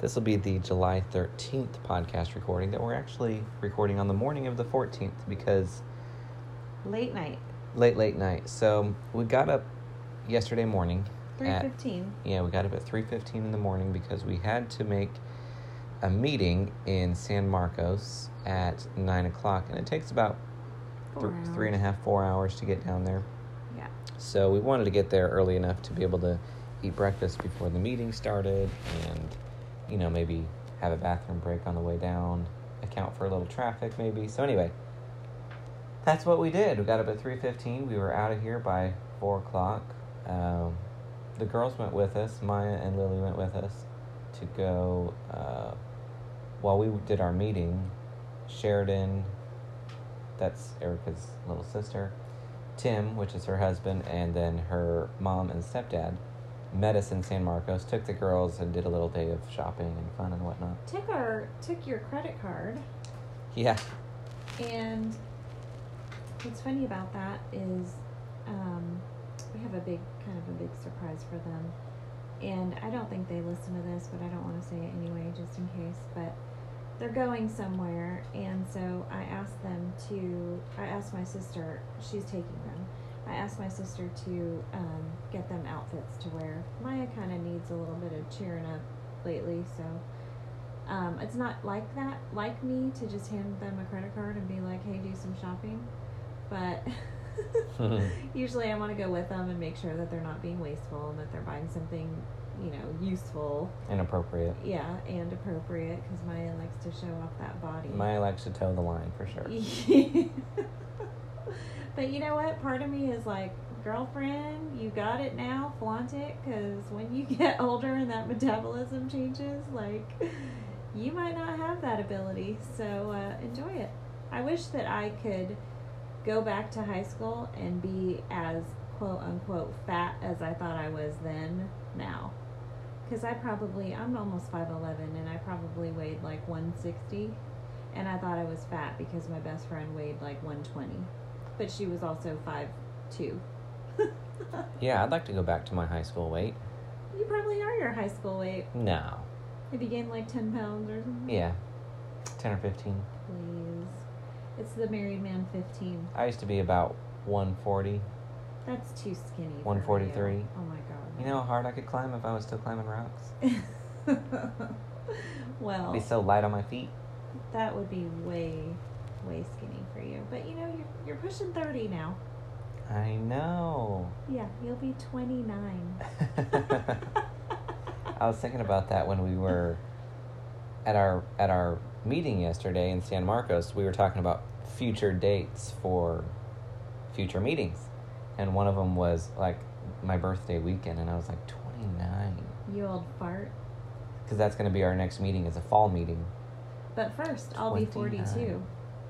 This will be the July 13th podcast recording that we're actually recording on the morning of the 14th because Late night, late, late night. So we got up yesterday morning. three at- fifteen. Yeah, we got up at 3:15 in the morning because we had to make a meeting in San Marcos at nine o'clock, and it takes about th- three and a half, four hours to get down there. Yeah. So we wanted to get there early enough to be able to eat breakfast before the meeting started, and you know maybe have a bathroom break on the way down, account for a little traffic maybe. So anyway, that's what we did. We got up at three fifteen. We were out of here by four o'clock. Um, the girls went with us. Maya and Lily went with us to go. Uh, while we did our meeting, Sheridan, that's Erica's little sister, Tim, which is her husband, and then her mom and stepdad, met us in San Marcos. Took the girls and did a little day of shopping and fun and whatnot. Took our took your credit card, Yeah, and what's funny about that is, um, we have a big kind of a big surprise for them, and I don't think they listen to this, but I don't want to say it anyway, just in case. But they're going somewhere, and so I asked them to. I asked my sister. She's taking them. I asked my sister to um, get them outfits to wear. Maya kind of needs a little bit of cheering up lately, so um, it's not like that, like me, to just hand them a credit card and be like, hey, do some shopping. But usually I want to go with them and make sure that they're not being wasteful and that they're buying something, you know, useful. inappropriate. Yeah, and appropriate because Maya likes to show off that body. Maya likes to toe the line for sure. but you know what? Part of me is like, girlfriend, you got it now, flaunt it, because when you get older and that metabolism changes, like, you might not have that ability. So uh, enjoy it. I wish that I could go back to high school and be as quote unquote fat as I thought I was then now. Because I probably, I'm almost 5'11 and I probably weighed like 160 and I thought I was fat because my best friend weighed like 120, but she was also 5'2. Yeah, I'd like to go back to my high school weight. You probably are your high school weight. No. If you gained like 10 pounds or something. Yeah. 10 or 15. Please. It's the married man 15. I used to be about 140. That's too skinny. for 143. you. Oh my god. You know how hard I could climb if I was still climbing rocks? I'd well, Oh. be so light on my feet. that would be way, way skinny for you. But you know, you're, you're pushing 30 now. I know. Yeah, you'll be 29. I was thinking about that when we were at our at our meeting yesterday in San Marcos. We were talking about future dates for future meetings, and one of them was like my birthday weekend, and I was like twenty nine you old fart. because that's going to be our next meeting. It's a fall meeting. But first, I'll be 29. 42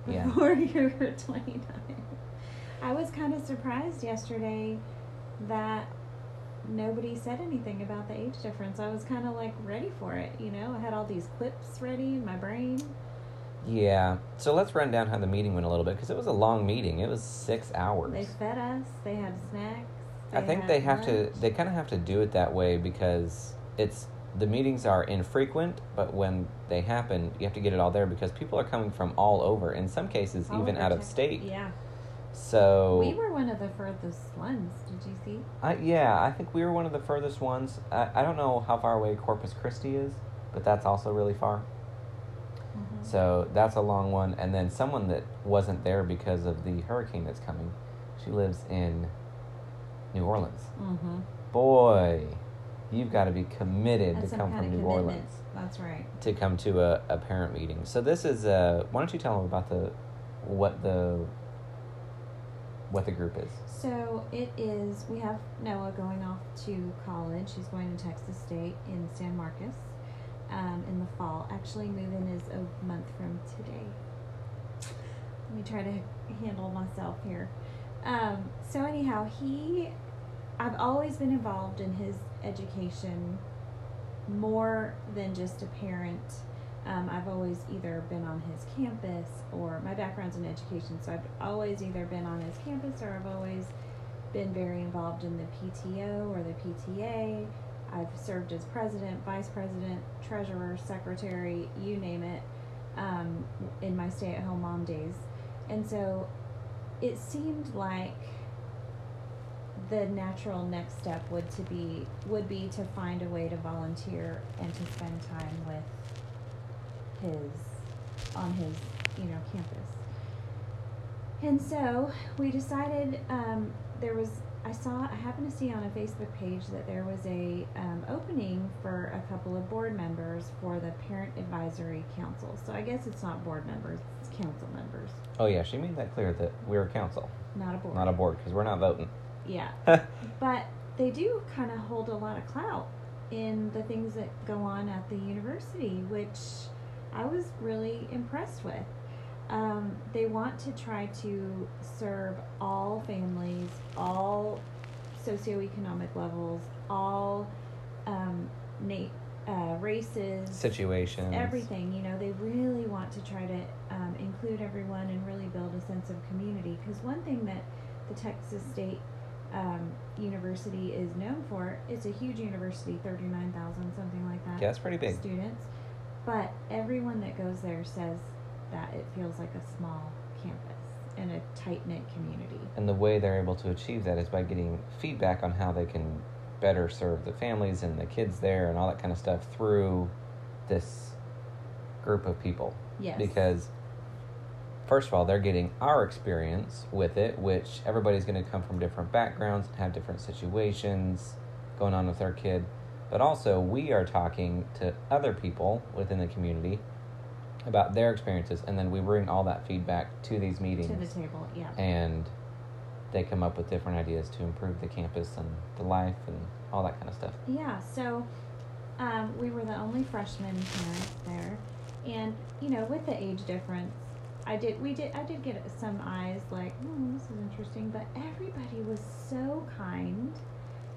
Yeah. before you're 29. I was kind of surprised yesterday that nobody said anything about the age difference. I was kind of like ready for it, you know? I had all these clips ready in my brain. Yeah. So let's run down how the meeting went a little bit because it was a long meeting. It was six hours. They fed us, they had snacks. I think they have lunch. to. They kind of have to do it that way because it's the meetings are infrequent, but when they happen, you have to get it all there because people are coming from all over. In some cases, All even over out of Texas. state. Yeah. So We were one of the furthest ones. Did you see? I, yeah, I think we were one of the furthest ones. I, I don't know how far away Corpus Christi is, but that's also really far. Mm-hmm. So that's a long one. And then someone that wasn't there because of the hurricane that's coming. She lives in New Orleans. Mm-hmm. boy, you've got to be committed That's to some come kind from of New commitment. Orleans That's right. to come to a, a parent meeting. So this is uh why don't you tell them about the what the what the group is? So it is, we have Noah going off to college. He's going to Texas State in San Marcos um, in the fall. Actually, move-in is a month from today. Let me try to handle myself here. Um, so anyhow, he, I've always been involved in his education more than just a parent. Um, I've always either been on his campus or my background's in education, so I've always either been on his campus or I've always been very involved in the PTO or the PTA. I've served as president, vice president, treasurer, secretary, you name it, um, in my stay at home mom days. And so it seemed like the natural next step would to be would be to find a way to volunteer and to spend time with his on his you know campus and so we decided um, there was i saw i happened to see on a facebook page that there was a um, opening for a couple of board members for the parent advisory council so i guess it's not board members it's council members Oh yeah, she made that clear that we're a council, not a board not a board, because we're not voting. yeah but they do kind of hold a lot of clout in the things that go on at the university, which I was really impressed with. Um, they want to try to serve all families, all socioeconomic levels, all um, na- uh, races, Situations. everything. You know, they really want to try to um, include everyone and really build a sense of community. Because one thing that the Texas State um, University is known for, it's a huge university, 39,000, something like that Yeah, that's pretty big. students. But everyone that goes there says that it feels like a small campus and a tight knit community. And the way they're able to achieve that is by getting feedback on how they can better serve the families and the kids there and all that kind of stuff through this group of people. Yes. Because, first of all, they're getting our experience with it, which everybody's going to come from different backgrounds and have different situations going on with their kid. But also, we are talking to other people within the community about their experiences, and then we bring all that feedback to these meetings to the table, yeah. and they come up with different ideas to improve the campus and the life and all that kind of stuff. Yeah, so um, we were the only freshmen parents there, and you know, with the age difference, I did we did I did get some eyes like, hmm, this is interesting, but everybody was so kind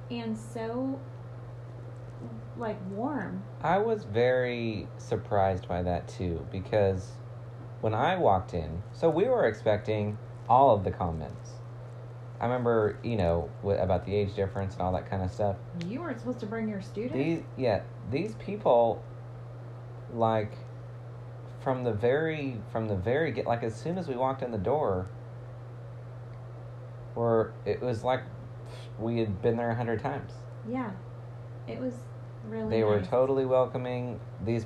and so like warm. I was very surprised by that too because when I walked in, so we were expecting all of the comments. I remember, you know, wh- about the age difference and all that kind of stuff. You weren't supposed to bring your students. These, yeah, these people, like, from the very, from the very get, like, as soon as we walked in the door, were it was like we had been there a hundred times. yeah, it was really. They were Oh, nice. totally welcoming. These,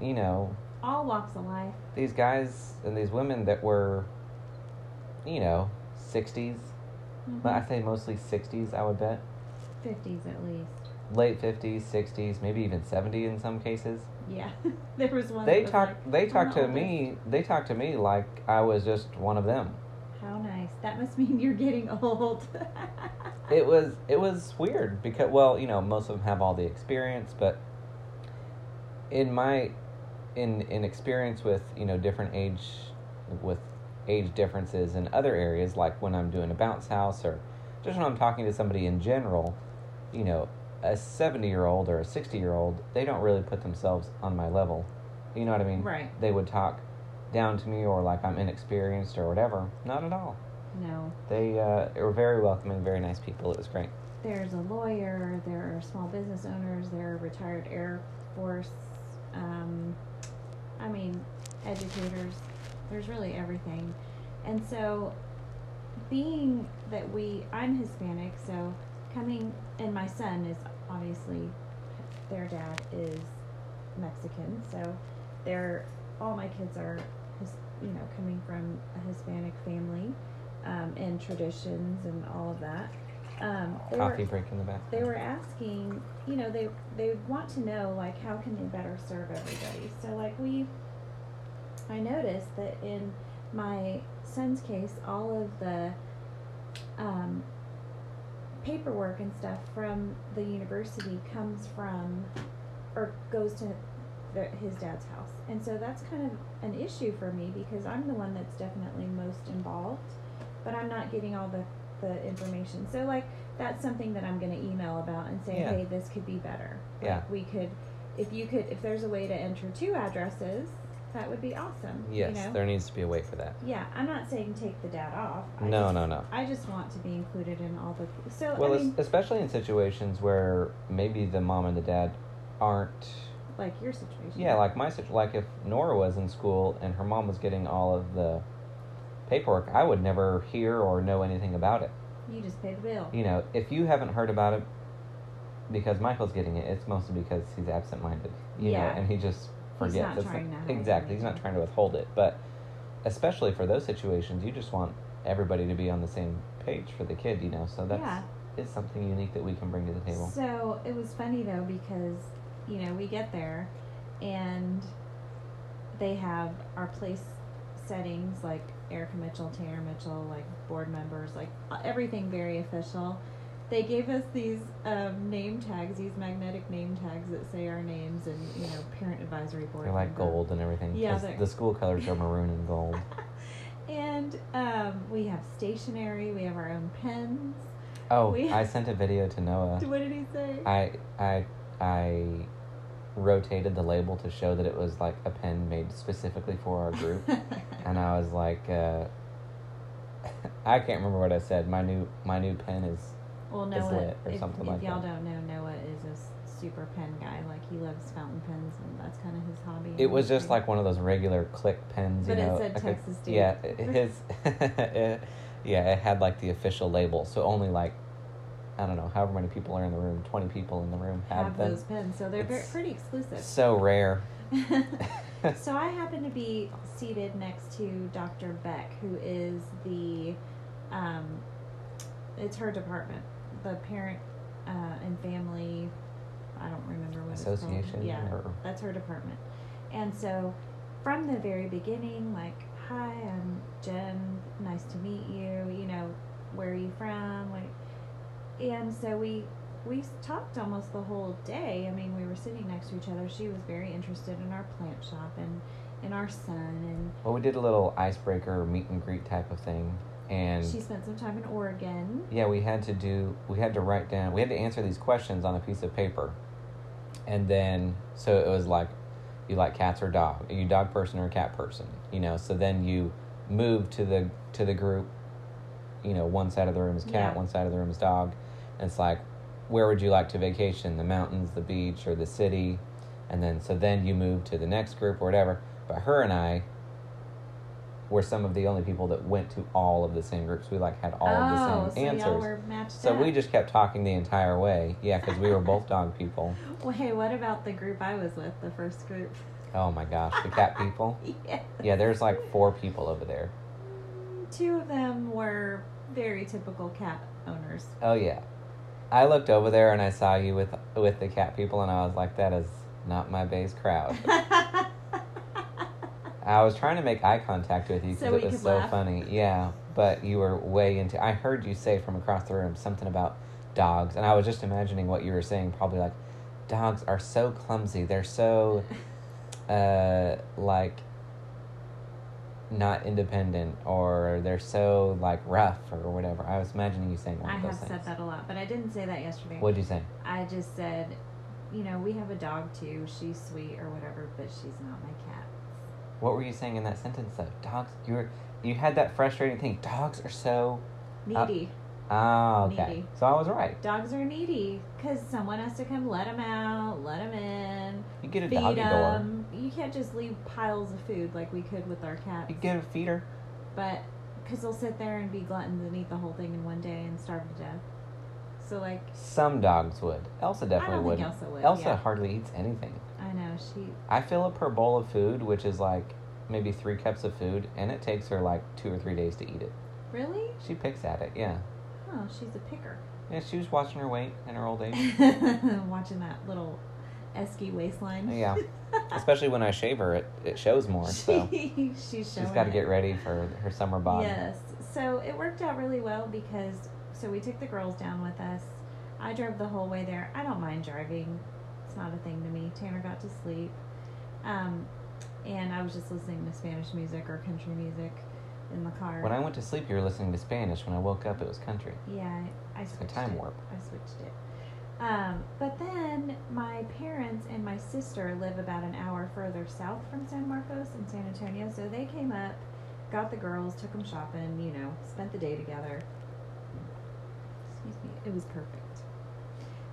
you know, all walks of life. these guys and these women that were, you know, 60s But I say mostly sixties. I would bet Mm-hmm. Fifties at least. late fifties, sixties, maybe even seventy in some cases. Yeah, there was one. that they was talk like, they "I'm talk the to me they talk to me like I was just one of them. How nice. That must mean you're getting old. It was it was weird because well, you know, most of them have all the experience, but in my in in experience with, you know, different age with age differences in other areas like when I'm doing a bounce house or just when I'm talking to somebody in general, you know, a 70-year-old or a 60-year-old, they don't really put themselves on my level. You know what I mean? Right. they would talk down to me or like I'm inexperienced or whatever. Not at all. No. They uh, were very welcoming, very nice people. It was great. There's a lawyer, there are small business owners, there are retired Air Force, um, I mean, educators. There's really everything. And so, being that we, I'm Hispanic, so coming, and my son is obviously, their dad is Mexican, so they're, all my kids are, his, you know, coming from a Hispanic family um, and traditions and all of that. Um, or- Coffee break in the back. they were asking, you know, they they want to know like how can they better serve everybody. So like we, I noticed that in my son's case, all of the um, paperwork and stuff from the university comes from or goes to the, his dad's house, and so that's kind of an issue for me because I'm the one that's definitely most involved, but I'm not getting all the the information. So like that's something that I'm going to email about and say, Yeah. hey, this could be better. Like, Yeah. we could, if you could, if there's a way to enter two addresses, That would be awesome. you Yes, know? there needs to be a way for that. Yeah, I'm not saying take the dad off. I No, just, no, no. I just want to be included in all the. So Well, I es- mean, especially in situations where maybe the mom and the dad aren't. like your situation. Yeah, like my situ- like if Nora was in school and her mom was getting all of the paperwork, I would never hear or know anything about it. you just pay the bill. You know, if you haven't heard about it because Michael's getting it, it's mostly because he's absent-minded. You know, Yeah. and he just not forgets. It's trying to hide exactly. He's not anything. trying to withhold it, but especially for those situations, you just want everybody to be on the same page for the kid. You know, so that's yeah. is something unique that we can bring to the table. So it was funny though because you know we get there, and they have our place settings like Erica Mitchell, Tanner Mitchell, like board members, like uh, everything very official. They gave us these um, name tags, these magnetic name tags that say our names and you know parent advisory board. They're like member. gold and everything. Yeah, 'cause they're- the school colors are maroon and gold. And um, we have stationery. We have our own pens. Oh, We- I sent a video to Noah. What did he say? Uh. I I I rotated the label to show that it was like a pen made specifically for our group, and I was like, uh, I can't remember what I said. My new my new pen is Well, is Noah, lit or if, something if like y'all that. don't know, Noah is a s- super pen guy. Like he loves fountain pens, and that's kind of his hobby. and It was just everything. like one of those regular click pens, you But it know. said like a- Texas Duke. Yeah, it- his. it, yeah, it had like the official label, so only like, I don't know, however many people are in the room, twenty people in the room had have them. those pens, so they're very, It's- pretty exclusive. So rare. so I happen to be seated next to Dr. Beck, who is the, um, it's her department, the parent uh, and family. I don't remember what It's Association called. Yeah, or- that's her department. And so, from the very beginning, like, hi, I'm Jen. Nice to meet you. You know, where are you from? What? And so we we talked almost the whole day. I mean, we were sitting next to each other. She was very interested in our plant shop and in our son, Well, we did a little icebreaker meet and greet type of thing, and and she spent some time in Oregon. yeah, we had to do we had to write down we had to answer these questions on a piece of paper, and then so it was like, you like cats or dog? Are you dog person or cat person? You know, so then you move to the to the group. You know, one side of the room is cat, Yeah. one side of the room is dog. And it's like, where would you like to vacation? The mountains, the beach, or the city? And then so then you move to the next group or whatever. But her and I were some of the only people that went to all of the same groups. We like had all oh, of the same so y'all answers. were matched so up. we just kept talking the entire way. Yeah, because we were both dog people. Well, hey, what about the group I was with? The first group. Oh my gosh, the cat people. yeah. Yeah, there's like four people over there. Two of them were very typical cat owners. Oh yeah. I looked over there and I saw you with with the cat people and I was like, that is not my base crowd. I was trying to make eye contact with you because So it we was could so laugh. funny. Yeah, but you were way into. I heard you say from across the room something about dogs, and I was just imagining what you were saying. Probably like, dogs are so clumsy. They're so, uh, like, not independent, or they're so like rough, or whatever. I was imagining you saying one I of have those said things. that a lot, but I didn't say that yesterday. What'd you say? I just said, you know, we have a dog too. She's sweet or whatever, but she's not my cat. What were you saying in that sentence though? Dogs. You were. You had that frustrating thing. Dogs are so. Uh, Needy. Oh, okay. Needy. So I was right. Dogs are needy because someone has to come let them out, let them in, You get a feed doggy door. them. You can't just leave piles of food like we could with our cats. You get a feeder. But because they'll sit there and be gluttons and eat the whole thing in one day and starve to death. So like, Some dogs would. Elsa I definitely don't wouldn't. think Elsa would. Elsa yeah. hardly eats anything. I know she. I fill up her bowl of food, which is like maybe three cups of food, and it takes her like two or three days to eat it. Really? She picks at it, yeah. Oh, she's a picker. Yeah, she was watching her weight in her old age. Watching that little esky waistline. yeah. Especially when I shave her, it, it shows more. So she, she's showing she's got to it. get ready for her summer bod. Yes. So it worked out really well because so we took the girls down with us. I drove the whole way there. I don't mind driving. It's not a thing to me. Tanner got to sleep. Um, and I was just listening to Spanish music or country music in the car. When I went to sleep, you were listening to Spanish. When I woke up, it was country. yeah, I, I It's like switched a time it. warp. I switched it. Um, but then my parents and my sister live about an hour further south from San Marcos in San Antonio, so they came up, got the girls, took them shopping, you know, spent the day together. Excuse me, it was perfect.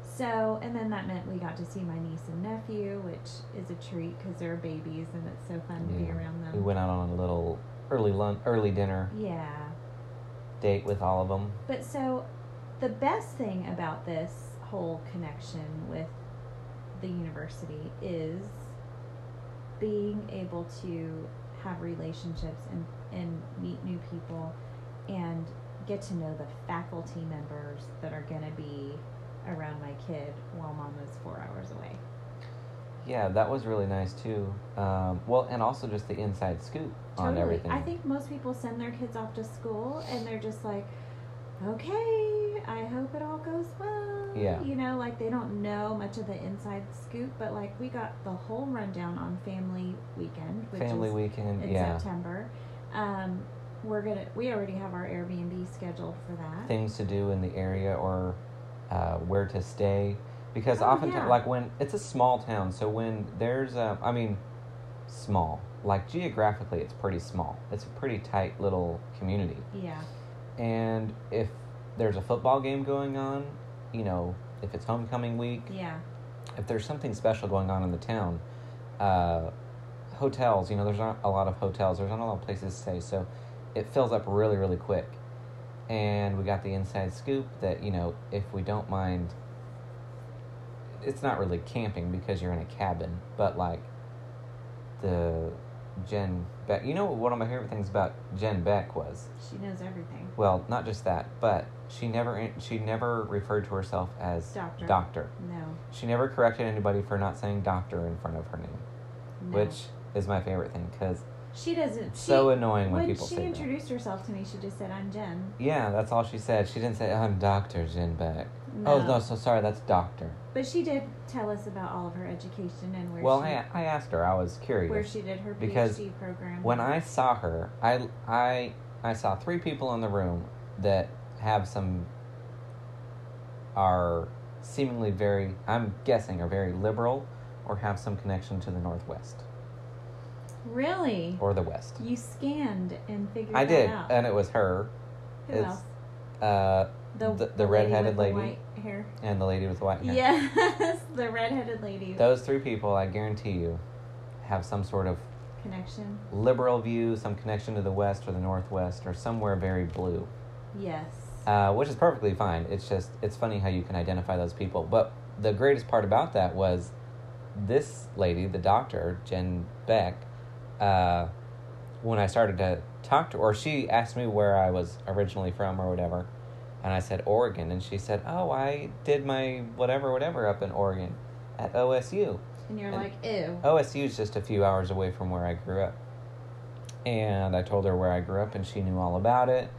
So, and then that meant we got to see my niece and nephew, which is a treat because they're babies and it's so fun to be Yeah. around We them. went out on a little early lunch, early dinner Yeah. date with all of them. But so, the best thing about this whole connection with the university is being able to have relationships and, and meet new people and get to know the faculty members that are going to be around my kid while mom is four hours away. Yeah, that was really nice too. Um, well, and also just the inside scoop on everything. I think most people send their kids off to school and they're just like, okay, I hope it all goes well. Yeah. You know, like they don't know much of the inside scoop, but like we got the whole rundown on family weekend, which family is weekend. in Yeah, September. Um, we're gonna, we already have our Airbnb scheduled for that. things to do in the area or uh, where to stay because Oh, often yeah. like when it's a small town, so when there's a, I mean, small like geographically, it's pretty small. It's a pretty tight little community, yeah. and if there's a football game going on, you know, if it's homecoming week, Yeah. if there's something special going on in the town, uh, hotels, you know, there's not a lot of hotels, there's not a lot of places to stay, so it fills up really, really quick. And we got the inside scoop that, you know, if we don't mind, it's not really camping because you're in a cabin, but like the Jen Beck, you know, what one of my favorite things about Jen Beck was She knows everything. well, not just that, but she never she never referred to herself as Doctor. doctor. No. She never corrected anybody for not saying doctor in front of her name, no. which is my favorite thing because she doesn't. it's she, so annoying when, when people she say that. introduced herself to me, she just said, "I'm Jen." Yeah, that's all she said. She didn't say, I'm Dr. Jen Beck. Oh, no, so sorry, that's doctor. But she did tell us about all of her education and where well, she I, I asked her, I was curious. where she did her because PhD program. when I saw her, I, I, I saw three people in the room that have some, are seemingly very, I'm guessing, are very liberal or have some connection to the Northwest really or the West. you scanned and figured I that did, out. and it was her. Who it's- else? Uh, the- the redheaded lady, with lady. the white hair. and the lady with the white hair. Yes, the redheaded lady Those three people, I guarantee you, have some sort of connection. liberal view, some connection to the West or the Northwest or somewhere very blue, Yes. uh, which is perfectly fine. It's just, it's funny how you can identify those people. But the greatest part about that was this lady, the doctor, Jen Beck, uh, when I started to talk to her, she asked me where I was originally from or whatever. And I said Oregon. And she said, Oh, I did my whatever, whatever up in Oregon at OSU. and you're and- uh, like, ew. OSU is just a few hours away from where I grew up. And I told her where I grew up, and she knew all about it.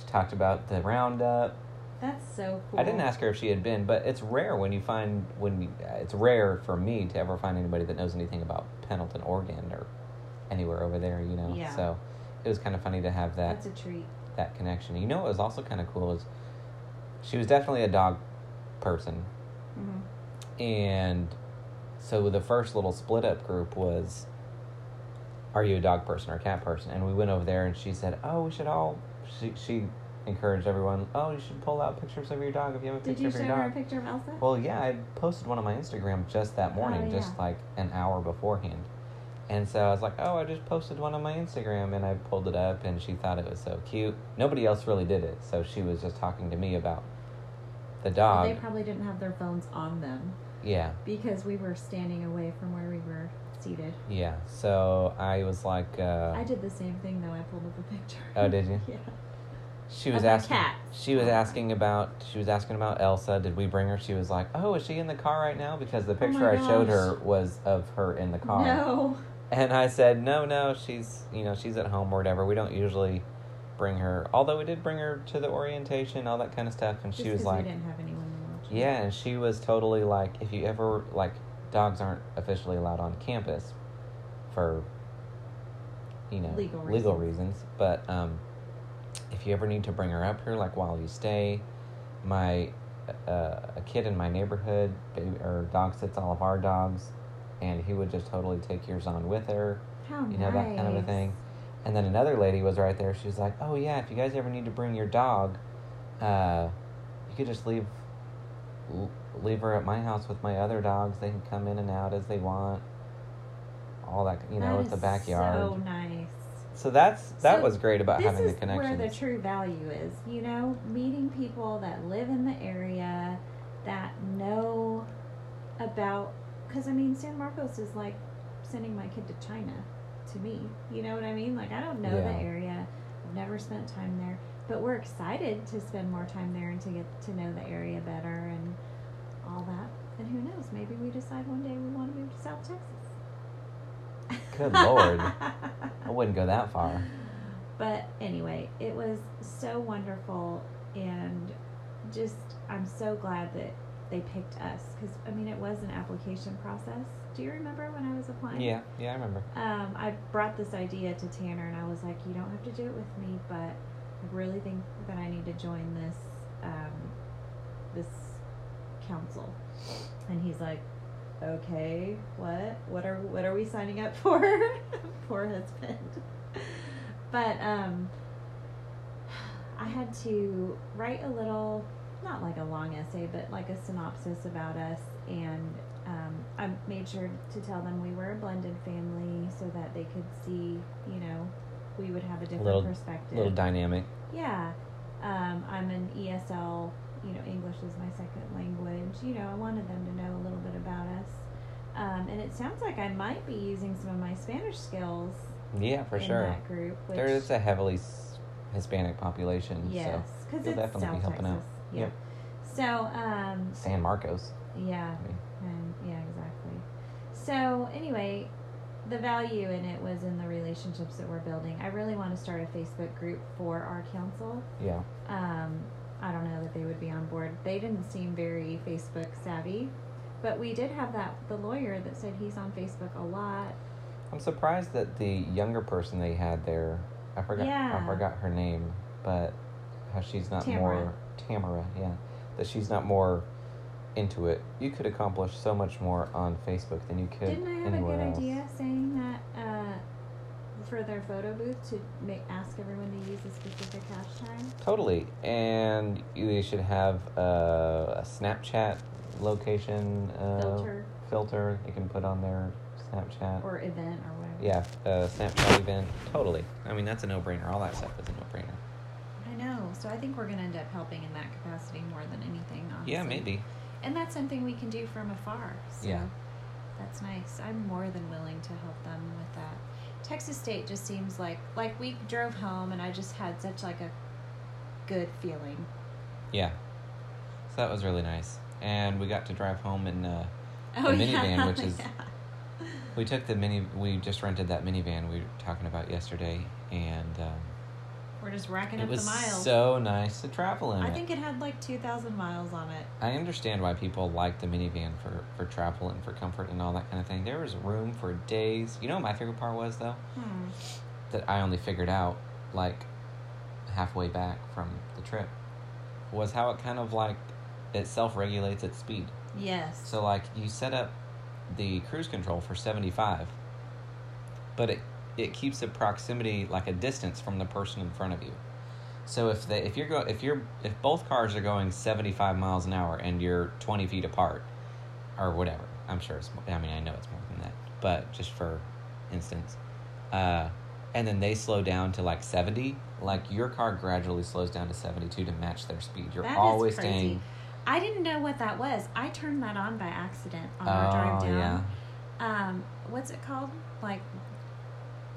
She talked about the roundup. That's so cool. I didn't ask her if she had been, but it's rare when you find when you, uh, it's rare for me to ever find anybody that knows anything about Pendleton, Oregon, or anywhere over there. You know, Yeah. so it was kind of funny to have that That's a treat. that connection. You know, what was also kind of cool is she was definitely a dog person. hmm And so the first little split up group was, are you a dog person or a cat person? And we went over there and she said, oh, we should all, she, she encouraged everyone, oh, you should pull out pictures of your dog if you have a Did picture you of show your her a dog. picture of Elsa? Well, yeah, I posted one on my Instagram just that morning, Oh, just like an hour beforehand. And so I was like, oh, I just posted one on my Instagram and I pulled it up and she thought it was so cute. Nobody else really did it. So she was just talking to me about the Well, dog. they probably didn't have their phones on them yeah. because we were standing away from where we were seated. Yeah, so I was like, I uh, did the same thing though. I pulled up a picture. oh, did you? yeah. She was Of my asking. cat. Oh, She was asking about. She was asking about Elsa. Did we bring her? She was like, oh, is she in the car right now? Because the Oh my picture I showed gosh. her was of her in the car. No. And I said, no, no, she's you know she's at home or whatever. We don't usually bring her. Although we did bring her to the orientation, all that kind of stuff. And she Just was 'cause like, we didn't have anyone to watch. yeah, and she was totally like, if you ever like, dogs aren't officially allowed on campus for you know Legal reasons, but um, if you ever need to bring her up here, like while you stay, my uh, a kid in my neighborhood, baby, or dog sits all of our dogs, and he would just totally take yours on with her, How you know, that kind of a Oh, nice. thing. And then another lady was right there. She was like, "Oh yeah, if you guys ever need to bring your dog, uh, you could just leave l- leave her at my house with my other dogs. They can come in and out as they want. All that, you know, That it's a is backyard. So nice. So that's that So was great about This having is the connections. where the true value is, you know, meeting people that live in the area that know about. Because I mean, San Marcos is like sending my kid to China to me. You know what I mean? Like I don't know Yeah. the area. I've never spent time there, but we're excited to spend more time there and to get to know the area better and all that. And who knows? Maybe we decide one day we want to move to South Texas. Good Lord. I wouldn't go that far. But anyway, it was so wonderful and just I'm so glad that they picked us cuz I mean it was an application process. Do you remember when I was applying? Yeah, yeah, I remember. Um I brought this idea to Tanner and I was like, you don't have to do it with me, but I really think that I need to join this um this council. And he's like, okay, what? What are what are we signing up for? Poor husband. but um, I had to write a little, not like a long essay, but like a synopsis about us, and um, I made sure to tell them we were a blended family so that they could see, you know, we would have a different little- perspective. little dynamic. Yeah. Um, I'm an ESL, you know, English is my second language. You know, I wanted them to know a little bit about us. Um, and it sounds like I might be using some of my Spanish skills Yeah, for in sure. that group. Which, There is a heavily s- Hispanic population, yes, because you'll it's definitely be South helping Texas. out. Yeah. Yep. So, um, so San Marcos. yeah. I mean, And yeah, exactly. So anyway, the value in it was in the relationships that we're building. I really want to start a Facebook group for our council. yeah, um, I don't know that they would be on board. They didn't seem very Facebook savvy, but we did have that the lawyer that said he's on Facebook a lot. I'm surprised that the younger person they had there, I forgot, Yeah. I forgot her name, but how she's not Tamara. more Tamara, yeah, that she's not more into it. You could accomplish so much more on Facebook than you could Didn't I have a anywhere good else. idea saying that uh, for their photo booth to make, ask everyone to use a specific hashtag? Totally. And you should have uh, a Snapchat location uh, Filter. filter you can put on their Snapchat. or event or whatever? Uh, yeah, uh, Snapchat event. Totally. I mean, that's a no brainer. All that stuff is a no brainer. I know. So I think we're going to end up helping in that capacity more than anything. Honestly. Yeah, maybe. And that's something we can do from afar. So Yeah. That's nice. I'm more than willing to help them with that. Texas State just seems like like we drove home and I just had such like a good feeling. Yeah. So that was really nice. And we got to drive home and uh, Oh, The minivan, which is- we took the mini. We just rented that minivan we were talking about yesterday, and um, We're just racking it up the was miles. so nice to travel in. I it. think it had like 2000 miles on it. I understand why people like the minivan for, for travel and for comfort and all that kind of thing. There was room for days. You know what my favorite part was, though? Hmm. That I only figured out, like, halfway back from the trip, was how it kind of, like, it self regulates its speed. Yes. So, like, you set up the cruise control for 75, but it, it keeps a proximity, like, a distance from the person in front of you. So if they, if you're go, if you're if both cars are going 75 miles an hour and you're 20 feet apart, or whatever, I'm sure it's. I mean, I know it's more than that, but just for instance, uh, and then they slow down to like 70, like your car gradually slows down to 72 to match their speed. You're That is always crazy. staying. I didn't know what that was. I turned that on by accident on our drive Oh, down. yeah. um, what's it called? Like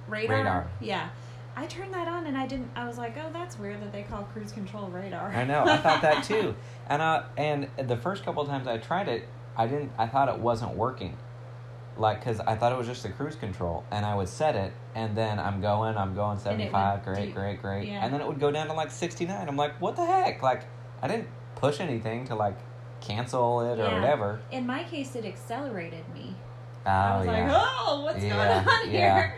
radar? Radar. Yeah. I turned that on and I didn't. I was like, oh, that's weird that they call cruise control radar. I know. I thought that too. And I and the first couple of times I tried it, I didn't. I thought it wasn't working. Like, cause I thought it was just the cruise control, and I would set it, and then I'm going, I'm going And it would 75, do- great, great, great, yeah. and then it would go down to like 69. I'm like, what the heck? Like, I didn't push anything to like cancel it or Yeah. whatever. In my case, it accelerated me. Oh I was yeah. like, oh, what's Yeah, going on yeah. here?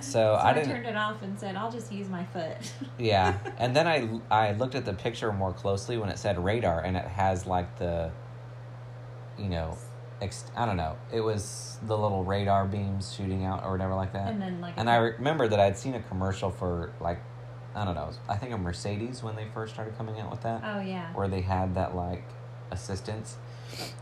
So, I didn't. turned it off and said, "I'll just use my foot." Yeah, and then I I looked at the picture more closely when it said radar, and it has like the, you know, ex- I don't know. It was the little radar beams shooting out or whatever like that. and then like And I remember that I'd seen a commercial for like, I don't know, I think a Mercedes when they first started coming out with that, oh yeah, where they had that like assistance,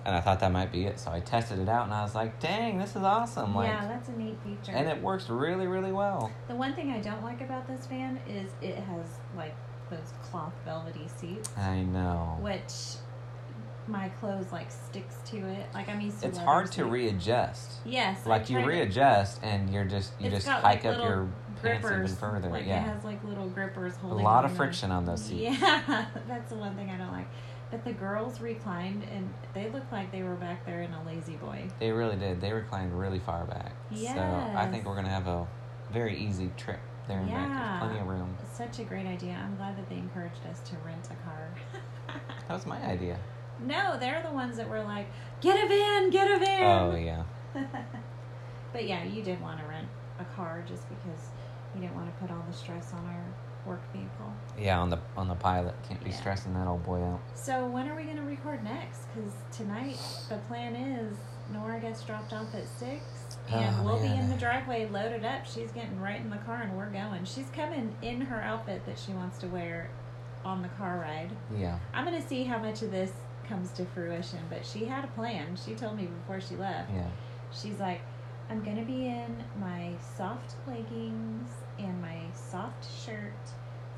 and I thought that might be it. So I tested it out, and I was like, "Dang, this is awesome!" Like, yeah, that's a neat feature. and it works really, really well. the one thing I don't like about this van is it has like those cloth velvety seats, I know. which my clothes like sticks to it. Like I'm used to. it's leather hard to seats. readjust. Yes, I'm Like you trying to- readjust and you're just you It's just got, hike like, up little your pants even grippers, further. Like it yeah, has like little grippers a holding. lot of on. friction on those seats. Yeah, that's the one thing I don't like. But the girls reclined and they looked like they were back there in a lazy boy. They really did. They reclined really far back. So I think Yes. we're gonna have a very easy trip there and back. Yeah. There's plenty of room. It's such a great idea. I'm glad that they encouraged us to rent a car. That was my idea. no, they're the ones that were like, get a van, get a Oh van. yeah. but yeah, you did want to rent a car just because you didn't want to put all the stress on our work vehicle. Yeah, on the on the pilot. Can't be Yeah. stressing that old boy out. So when are we going to record next? Because tonight the plan is Nora gets dropped off at six, and Oh, we'll be man. in the driveway loaded up. She's getting right in the car, and we're going. She's coming in her outfit that she wants to wear on the car ride. Yeah. I'm going to see how much of this comes to fruition, but she had a plan. She told me before she left. Yeah. She's like, I'm gonna be in my soft leggings and my soft shirt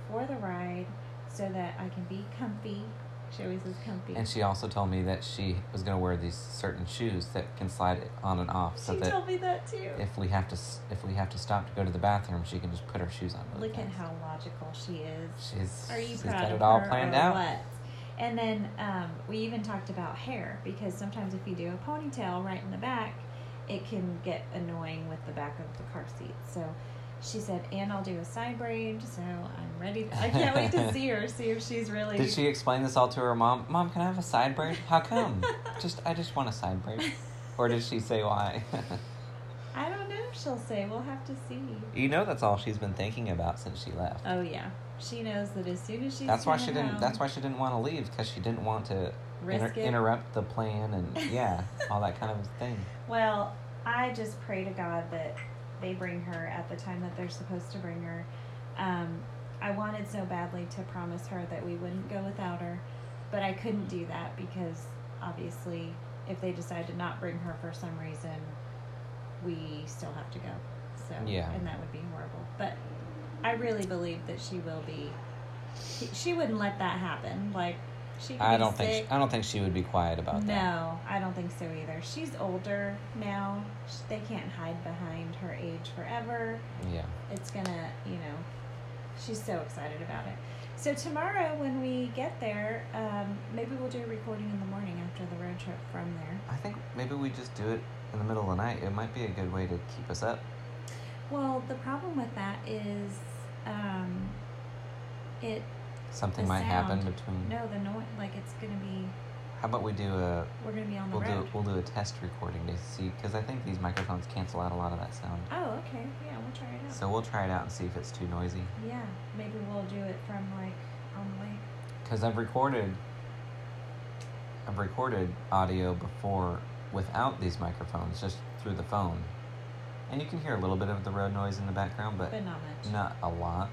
for the ride so that I can be comfy. She always is comfy. And she also told me that she was gonna wear these certain shoes that can slide on and off so she that told me that too. if we have to s- if we have to stop to go to the bathroom, she can just put her shoes on. Really Look at fast. how logical she is. she's Are you she's proud got of it all her planned or out. What? And then um, we even talked about hair because sometimes if you do a ponytail right in the back, it can get annoying with the back of the car seat. So she said, and I'll do a side braid. So I'm ready. I can't wait to see her, see if she's really. Did she explain this all to her mom? Mom, can I have a side braid? How come? just I just want a side braid. Or did she say why? I don't know if she'll say. We'll have to see. you know that's all she's been thinking about since she left. Oh, yeah. She knows that as soon as she's. that's why she coming didn't. home, That's why she didn't want to leave because she didn't want to inter- risk it. interrupt the plan and yeah, all that kind of thing. Well, I just pray to God that they bring her at the time that they're supposed to bring her. Um, I wanted so badly to promise her that we wouldn't go without her, but I couldn't do that because obviously, if they decide to not bring her for some reason, we still have to go. So, Yeah. and that would be horrible. But I really believe that she will be. she- She wouldn't let that happen. Like, she. Could I be don't sick. think. She, I don't think she would be quiet about that. No, I don't think so either. She's older now. Sh they can't hide behind her age forever. Yeah. It's gonna, you know, she's so excited about it. So tomorrow when we get there, um, maybe we'll do a recording in the morning after the road trip from there. I think maybe we just do it in the middle of the night. It might be a good way to keep us up. Well, the problem with that is, um, it Something The might happen sound. between. no the noise like it's gonna be How about we do a we're gonna be on the We'll road. do we'll do a test recording to see because I think these microphones cancel out a lot of that sound. Oh, okay. Yeah, we'll try it out. So we'll try it out and see if it's too noisy. yeah, maybe we'll do it from like on the way Because I've recorded, I've recorded audio before without these microphones, just through the phone, and you can hear a little bit of the road noise in the background, but But not much. not a lot.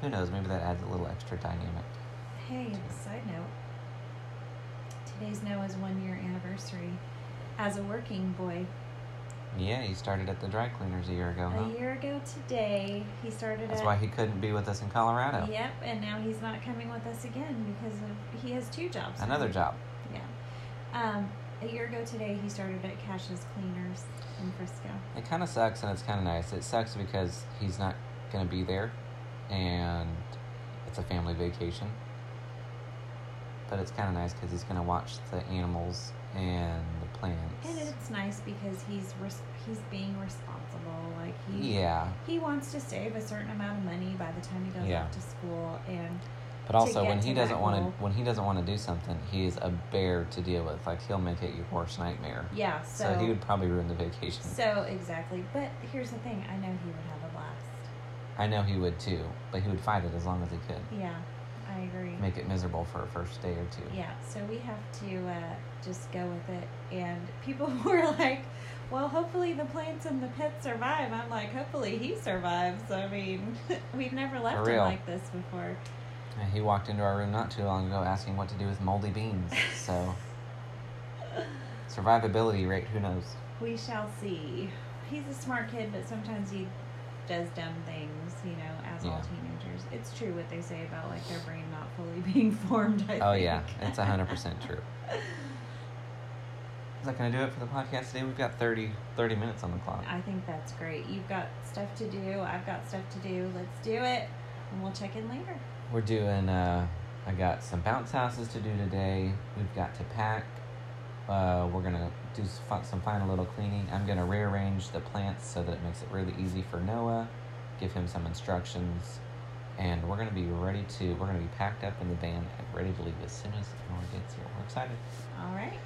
Who knows? Maybe that adds a little extra dynamic. Hey, side note. Today's Noah's one year anniversary as a working boy. Yeah, he started at the dry cleaners a year ago, huh? A year ago today, he started Uh-huh. That's at. why he couldn't be with us in Colorado. Yep, and now he's not coming with us again because of he has two jobs. now. Another job. Yeah. Um, a year ago today, he started at Cash's Cleaners in Frisco. It kind of sucks and it's kind of nice. It sucks because he's not going to be there and it's a family vacation. But it's kind of nice because he's going to watch the animals and the plants. And it's nice because he's res- he's being responsible. Like he Yeah. he wants to save a certain amount of money by the time he goes Yeah. off to school, and But also, get when to he that doesn't want goal. to, when he doesn't want to do something, he is a bear to deal with. Like he'll make it your worst nightmare. Yeah, So, so he would probably ruin the vacation. So exactly. But here's the thing, I know he would have a blast. I know he would too, but he would fight it as long as he could. Yeah, I agree. Make it miserable for a first day or two. Yeah, so we have to uh, just go with it. And people were like, well, hopefully the plants and the pets survive. I'm like, hopefully he survives. I mean, we've never left him real. like this before. And he walked into our room not too long ago asking what to do with moldy beans. So survivability rate, who knows? We shall see. He's a smart kid, but sometimes he does dumb things, you know, as all Yeah. teenagers. It's true what they say about like their brain not fully being formed. I Oh think. yeah, it's hundred percent true. Is that gonna do it for the podcast today? We've got 30, 30 minutes on the clock. I think that's great. You've got stuff to do. I've got stuff to do. Let's do it. And we'll check in later. We're doing. Uh, I got some bounce houses to do today. We've got to pack. Uh, we're gonna do s- fi- some final little cleaning. I'm gonna rearrange the plants so that it makes it really easy for Noah. Give him some instructions, and we're gonna be ready to. We're gonna be packed up in the van and ready to leave as soon as Noah gets here. We're excited. All right.